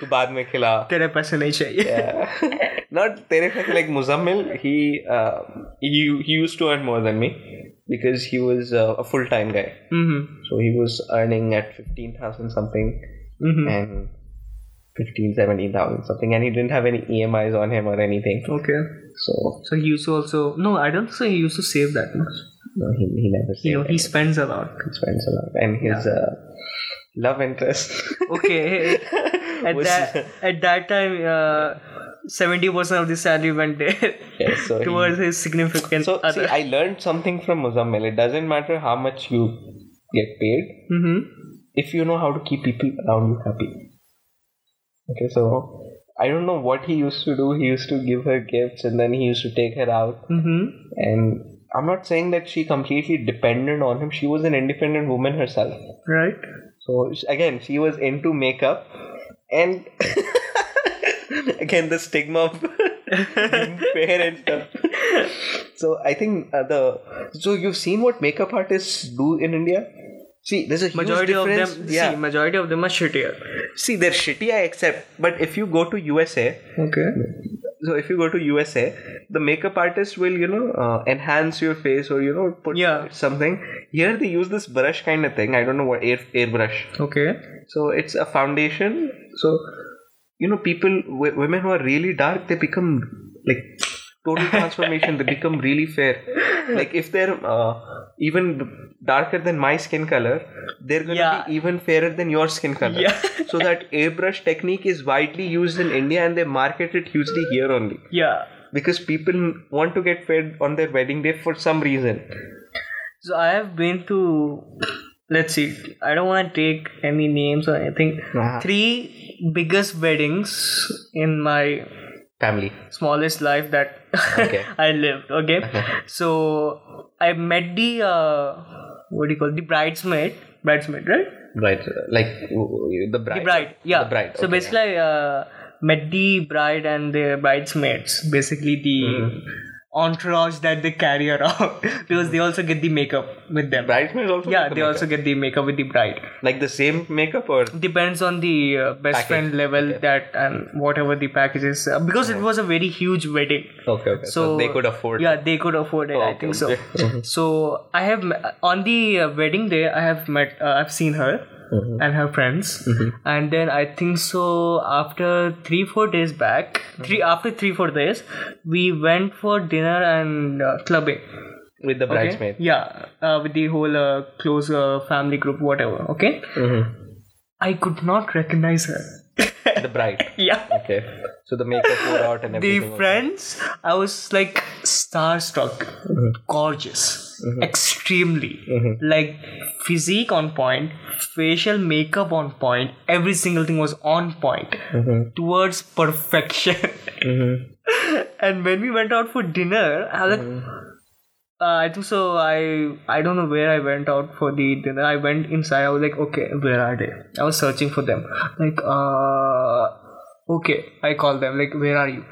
Speaker 2: तू बाद में खिला
Speaker 1: तेरे पैसे नहीं चाहिए
Speaker 2: not Tarek Haq, like Muzammil, he, uh, he he used to earn more than me because he was uh, a full time guy.
Speaker 1: mm-hmm.
Speaker 2: So he was earning at 15,000 something
Speaker 1: Mm-hmm.
Speaker 2: and 15, 17,000 something, and he didn't have any EMIs on him or anything.
Speaker 1: okay
Speaker 2: So
Speaker 1: so he used to also no i don't think he used to save that much
Speaker 2: no, he, he never
Speaker 1: you know
Speaker 2: saved
Speaker 1: he spends a lot
Speaker 2: his friends a lot. And his uh, love interest
Speaker 1: okay at
Speaker 2: was.
Speaker 1: that at that time uh, 70% of the salary went there
Speaker 2: Yeah, so he-
Speaker 1: towards his significant
Speaker 2: so see,
Speaker 1: other
Speaker 2: I learned something from Muzammil. It doesn't matter how much you get paid,
Speaker 1: mm-hmm.
Speaker 2: if you know how to keep people around you happy. Okay, so I don't know what he used to do. He used to give her gifts and then he used to take her out.
Speaker 1: Mm-hmm.
Speaker 2: And I'm not saying that she completely depended on him. She was an independent woman herself.
Speaker 1: Right.
Speaker 2: So sh- again, she was into makeup, and again the stigma of being fair and stuff. So I think uh, the so you've seen what makeup artists do in India. See, there's a huge
Speaker 1: Majority of
Speaker 2: difference.
Speaker 1: them.
Speaker 2: yeah.
Speaker 1: See, majority of them are shittier.
Speaker 2: See, they're shitty, I accept. But if you go to USA,
Speaker 1: Okay.
Speaker 2: so if you go to USA, the makeup artist will, you know, uh, enhance your face or, you know, put
Speaker 1: Yeah.
Speaker 2: something. Here they use this brush kind of thing. I don't know what, air, airbrush.
Speaker 1: Okay.
Speaker 2: So it's a foundation. So, you know, people, w- women who are really dark, they become like total transformation. they become really fair. Like if they're uh, even darker than my skin color, they're gonna
Speaker 1: Yeah.
Speaker 2: be even fairer than your skin color.
Speaker 1: Yeah.
Speaker 2: so that airbrush technique is widely used in India and they market it hugely here only
Speaker 1: Yeah.
Speaker 2: because people want to get fed on their wedding day for some reason.
Speaker 1: So I have been to. Let's see. I don't want to take any names or anything.
Speaker 2: Uh-huh.
Speaker 1: Three biggest weddings in my
Speaker 2: Family.
Speaker 1: smallest life that
Speaker 2: Okay.
Speaker 1: I lived. Okay, so I met the uh, what do you call it? the bridesmaid? Bridesmaid, right?
Speaker 2: Right. Like w- w- the bride.
Speaker 1: The bride. Yeah.
Speaker 2: The bride.
Speaker 1: So
Speaker 2: okay.
Speaker 1: basically, I uh, met the bride and the bridesmaids. Basically, the
Speaker 2: Mm-hmm.
Speaker 1: entourage that they carry around because they also get the makeup with them.
Speaker 2: Bridesmaids also?
Speaker 1: Yeah,
Speaker 2: get Mm-hmm. the
Speaker 1: they
Speaker 2: makeup?
Speaker 1: also get the makeup with the bride.
Speaker 2: Like the same makeup or?
Speaker 1: depends on the uh, best
Speaker 2: Package.
Speaker 1: friend level that and whatever the package is uh, because it was a very huge wedding
Speaker 2: Okay, okay.
Speaker 1: so
Speaker 2: Mm-hmm. they could afford
Speaker 1: yeah they could afford it i
Speaker 2: Okay,
Speaker 1: think so
Speaker 2: okay.
Speaker 1: so i have m- on the uh, wedding day i have met uh, i've seen her
Speaker 2: Mm-hmm.
Speaker 1: and her friends and then i think so after three four days back three
Speaker 2: Mm-hmm.
Speaker 1: after three four days we went for dinner and uh, clubbing
Speaker 2: with the
Speaker 1: okay?
Speaker 2: bridesmaid.
Speaker 1: yeah uh, with the whole uh, close uh, family group whatever okay
Speaker 2: Mm-hmm.
Speaker 1: i could not recognize her
Speaker 2: The bride.
Speaker 1: yeah
Speaker 2: Okay. So the makeup wore out and
Speaker 1: the
Speaker 2: everything.
Speaker 1: friends i was like starstruck gorgeous extremely like physique on point facial makeup on point every single thing was on point towards perfection and when we went out for dinner i was like uh, I think so. I I don't know where I went out for the dinner. I went inside. I was like, okay, where are they? I was searching for them. Like, uh, okay, I called them. Like, where are you?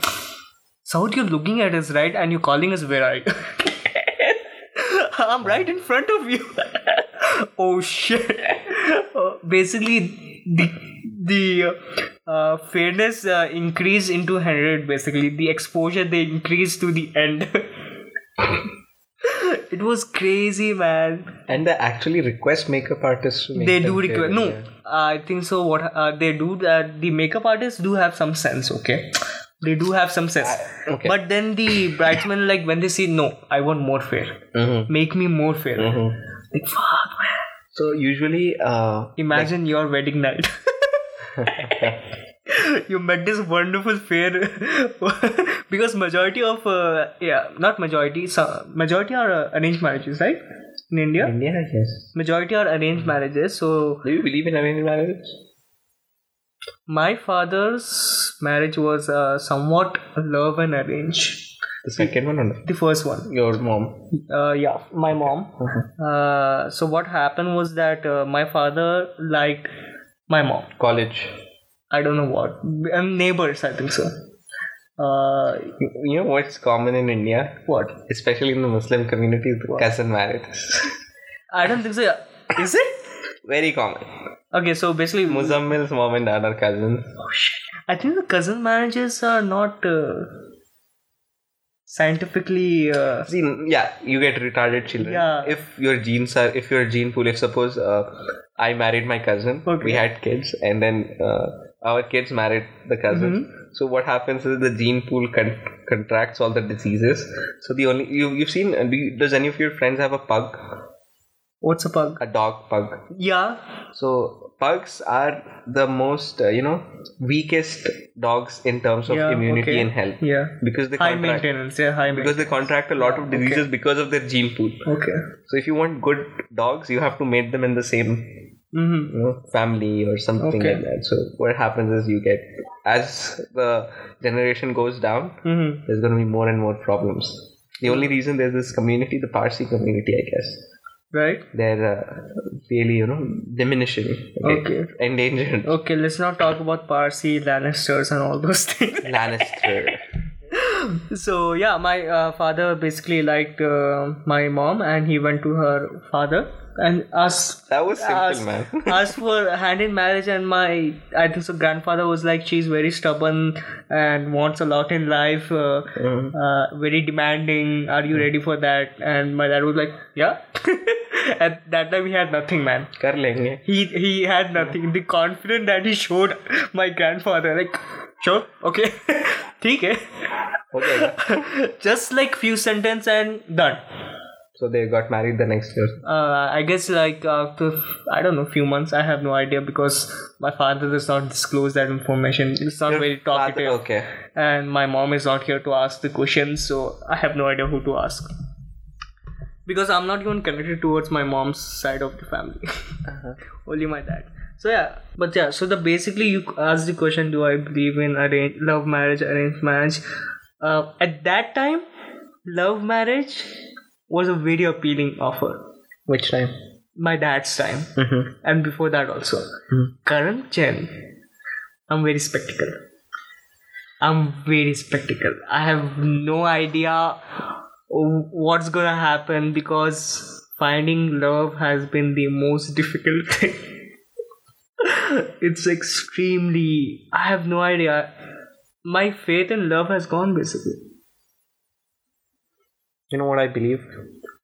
Speaker 1: Saud, you're looking at us, right? And you're calling us, where are you? I'm right in front of you. oh shit! Uh, basically, the the uh, uh, fairness uh, increased into hundred. Basically, the exposure they increased to the end. it was crazy, man.
Speaker 2: And they actually request makeup artists to make
Speaker 1: They
Speaker 2: them
Speaker 1: do
Speaker 2: fair,
Speaker 1: require no.
Speaker 2: yeah.
Speaker 1: I think so. What uh, they do that the makeup artists do have some sense. Okay, they do have some sense.
Speaker 2: okay.
Speaker 1: But then the bridesmen like when they say no, I want more fair.
Speaker 2: Mhm.
Speaker 1: Make me more fair.
Speaker 2: Mhm.
Speaker 1: Like fuck, man.
Speaker 2: So usually, uh,
Speaker 1: Imagine your wedding night. you met this wonderful fair because majority of uh, yeah not majority so majority are uh, arranged marriages right in India
Speaker 2: India, yes.
Speaker 1: majority are arranged
Speaker 2: Mm-hmm.
Speaker 1: marriages so
Speaker 2: Do you believe in arranged marriage?
Speaker 1: my father's marriage was uh, somewhat love and arrange
Speaker 2: The second one or no?
Speaker 1: the first one
Speaker 2: Your mom.
Speaker 1: uh, yeah my mom uh, so what happened was that uh, my father liked my mom
Speaker 2: College.
Speaker 1: I don't know what. Um, neighbors, I think so. Uh,
Speaker 2: You you know what's common in India,
Speaker 1: what?
Speaker 2: especially in the Muslim community, is the cousin marriage.
Speaker 1: I don't think so. yeah. Is it?
Speaker 2: Very common.
Speaker 1: Okay, so basically, oh,
Speaker 2: Muzammil's mom and dad are cousins.
Speaker 1: I think the cousin marriages are not uh, scientifically. Uh,
Speaker 2: See, yeah, you get retarded children.
Speaker 1: Yeah.
Speaker 2: If your genes are, if your gene pool, if suppose uh, I married my cousin, we
Speaker 1: Okay.
Speaker 2: had kids, and then uh, our kids married the cousin.
Speaker 1: Mm-hmm.
Speaker 2: So what happens is the gene pool con- contracts all the diseases. So the only you you've seen. uh, Do you, does any of your friends have a pug,
Speaker 1: what's a pug?
Speaker 2: a dog pug?
Speaker 1: Yeah.
Speaker 2: So pugs are the most uh, you know weakest dogs in terms of
Speaker 1: yeah.
Speaker 2: immunity
Speaker 1: okay.
Speaker 2: and health
Speaker 1: Yeah.
Speaker 2: because they
Speaker 1: High
Speaker 2: contract
Speaker 1: maintenance. Yeah, high
Speaker 2: because
Speaker 1: maintenance.
Speaker 2: they contract a lot of diseases because of their gene pool.
Speaker 1: Okay.
Speaker 2: So if you want good dogs, you have to mate them in the same
Speaker 1: hmm
Speaker 2: you know, family or something
Speaker 1: Okay.
Speaker 2: like that. So what happens is you get as the generation goes down,
Speaker 1: hmm
Speaker 2: there's going to be more and more problems. The only reason there's this community, the Parsi community, I guess,
Speaker 1: Right?
Speaker 2: they're uh, really you know diminishing,
Speaker 1: Okay.
Speaker 2: endangered.
Speaker 1: Okay, let's not talk about Parsi, Lannisters, and all those things.
Speaker 2: Lannister.
Speaker 1: so yeah my uh, father basically liked uh, my mom and he went to her father and asked
Speaker 2: That was simple,
Speaker 1: asked,
Speaker 2: man.
Speaker 1: asked for hand in marriage and my i think so grandfather was like she's very stubborn and wants a lot in life uh,
Speaker 2: Mm.
Speaker 1: uh, very demanding are
Speaker 2: Mm-hmm.
Speaker 1: you ready for that and my dad was like yeah at that time he had nothing man
Speaker 2: Kar lenge.
Speaker 1: he he had nothing the confidence that he showed my grandfather like sure okay ठीक है
Speaker 2: Okay.
Speaker 1: just like few sentence and done
Speaker 2: So they got married the next year.
Speaker 1: uh, i guess like after i don't know few months i have no idea because my father does not disclose that information he's not very talkative
Speaker 2: Father- okay.
Speaker 1: and my mom is not here to ask the questions so i have no idea who to ask because i'm not even connected towards my mom's side of the family only my dad so yeah but yeah so the basically you asked the question do i believe in arrange love marriage arranged marriage uh, at that time love marriage was a very appealing offer
Speaker 2: Which time?
Speaker 1: my dad's time
Speaker 2: Mm-hmm.
Speaker 1: and before that also current gen i'm very spectacle i'm very spectacle i have no idea what's gonna happen because finding love has been the most difficult thing it's extremely i have no idea my faith in love has gone basically
Speaker 2: You know what I believe?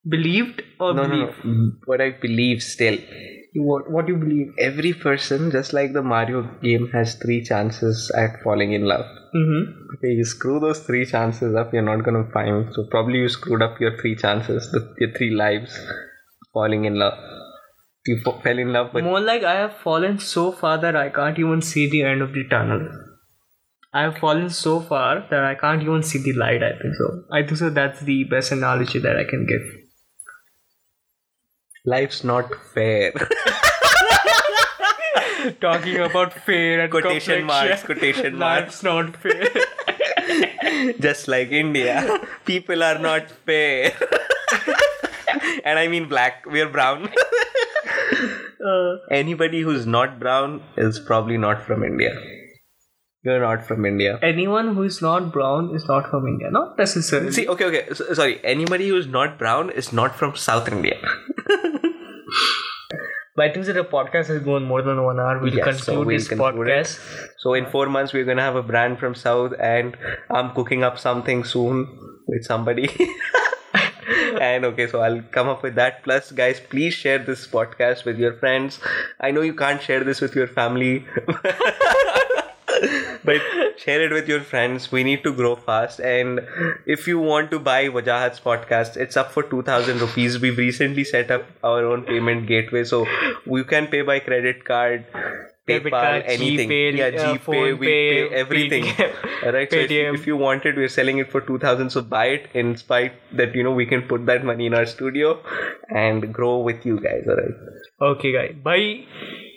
Speaker 1: believed or
Speaker 2: No, no,
Speaker 1: believe
Speaker 2: no. What I believe still.
Speaker 1: What, what you believe
Speaker 2: Every person, just like the Mario game, has three chances at falling in love.
Speaker 1: mm-hmm.
Speaker 2: Okay, you screw those three chances up, you're not gonna find. So probably you screwed up your three chances, the, your three lives, falling in love. You fo- fell in love, but
Speaker 1: More like I have fallen so far that I can't even see the end of the tunnel. I have fallen so far that I can't even see the light, I think so. I think so that's the best analogy that I can give.
Speaker 2: life's not fair.
Speaker 1: Talking about fair and
Speaker 2: Quotation marks, quotation marks.
Speaker 1: That's not fair.
Speaker 2: just like India, people are not fair. and I mean black, we're brown.
Speaker 1: uh,
Speaker 2: Anybody who's not brown is probably not from India. You're not from India.
Speaker 1: Eh. anyone who is not brown is not from India. Not necessarily.
Speaker 2: See, okay, okay. S- sorry, anybody who's not brown is not from South India.
Speaker 1: but I think that the podcast has gone more than one hour. We'll
Speaker 2: Yes, so
Speaker 1: conclude
Speaker 2: we'll
Speaker 1: this
Speaker 2: conclude it.
Speaker 1: podcast.
Speaker 2: So in four months we're gonna have a brand from South, and I'm cooking up something soon with somebody. and okay, so I'll come up with that. Plus, guys, please share this podcast with your friends. I know you can't share this with your family. But share it with your friends. We need to grow fast. And if you want to buy Wajahat's podcast, it's up for 2000 rupees. We've recently set up our own payment gateway. So you can pay by credit card, PayPal,
Speaker 1: Debit card,
Speaker 2: anything.
Speaker 1: Gpay,
Speaker 2: yeah,
Speaker 1: uh,
Speaker 2: GPay, we
Speaker 1: PhonePe,
Speaker 2: pay everything.
Speaker 1: PTM,
Speaker 2: Alright, so if,
Speaker 1: Paytm.
Speaker 2: if you want it, we're selling it for 2000 So buy it in spite that, you know, we can put that money in our studio and grow with you guys. All right.
Speaker 1: Okay, guys. Bye.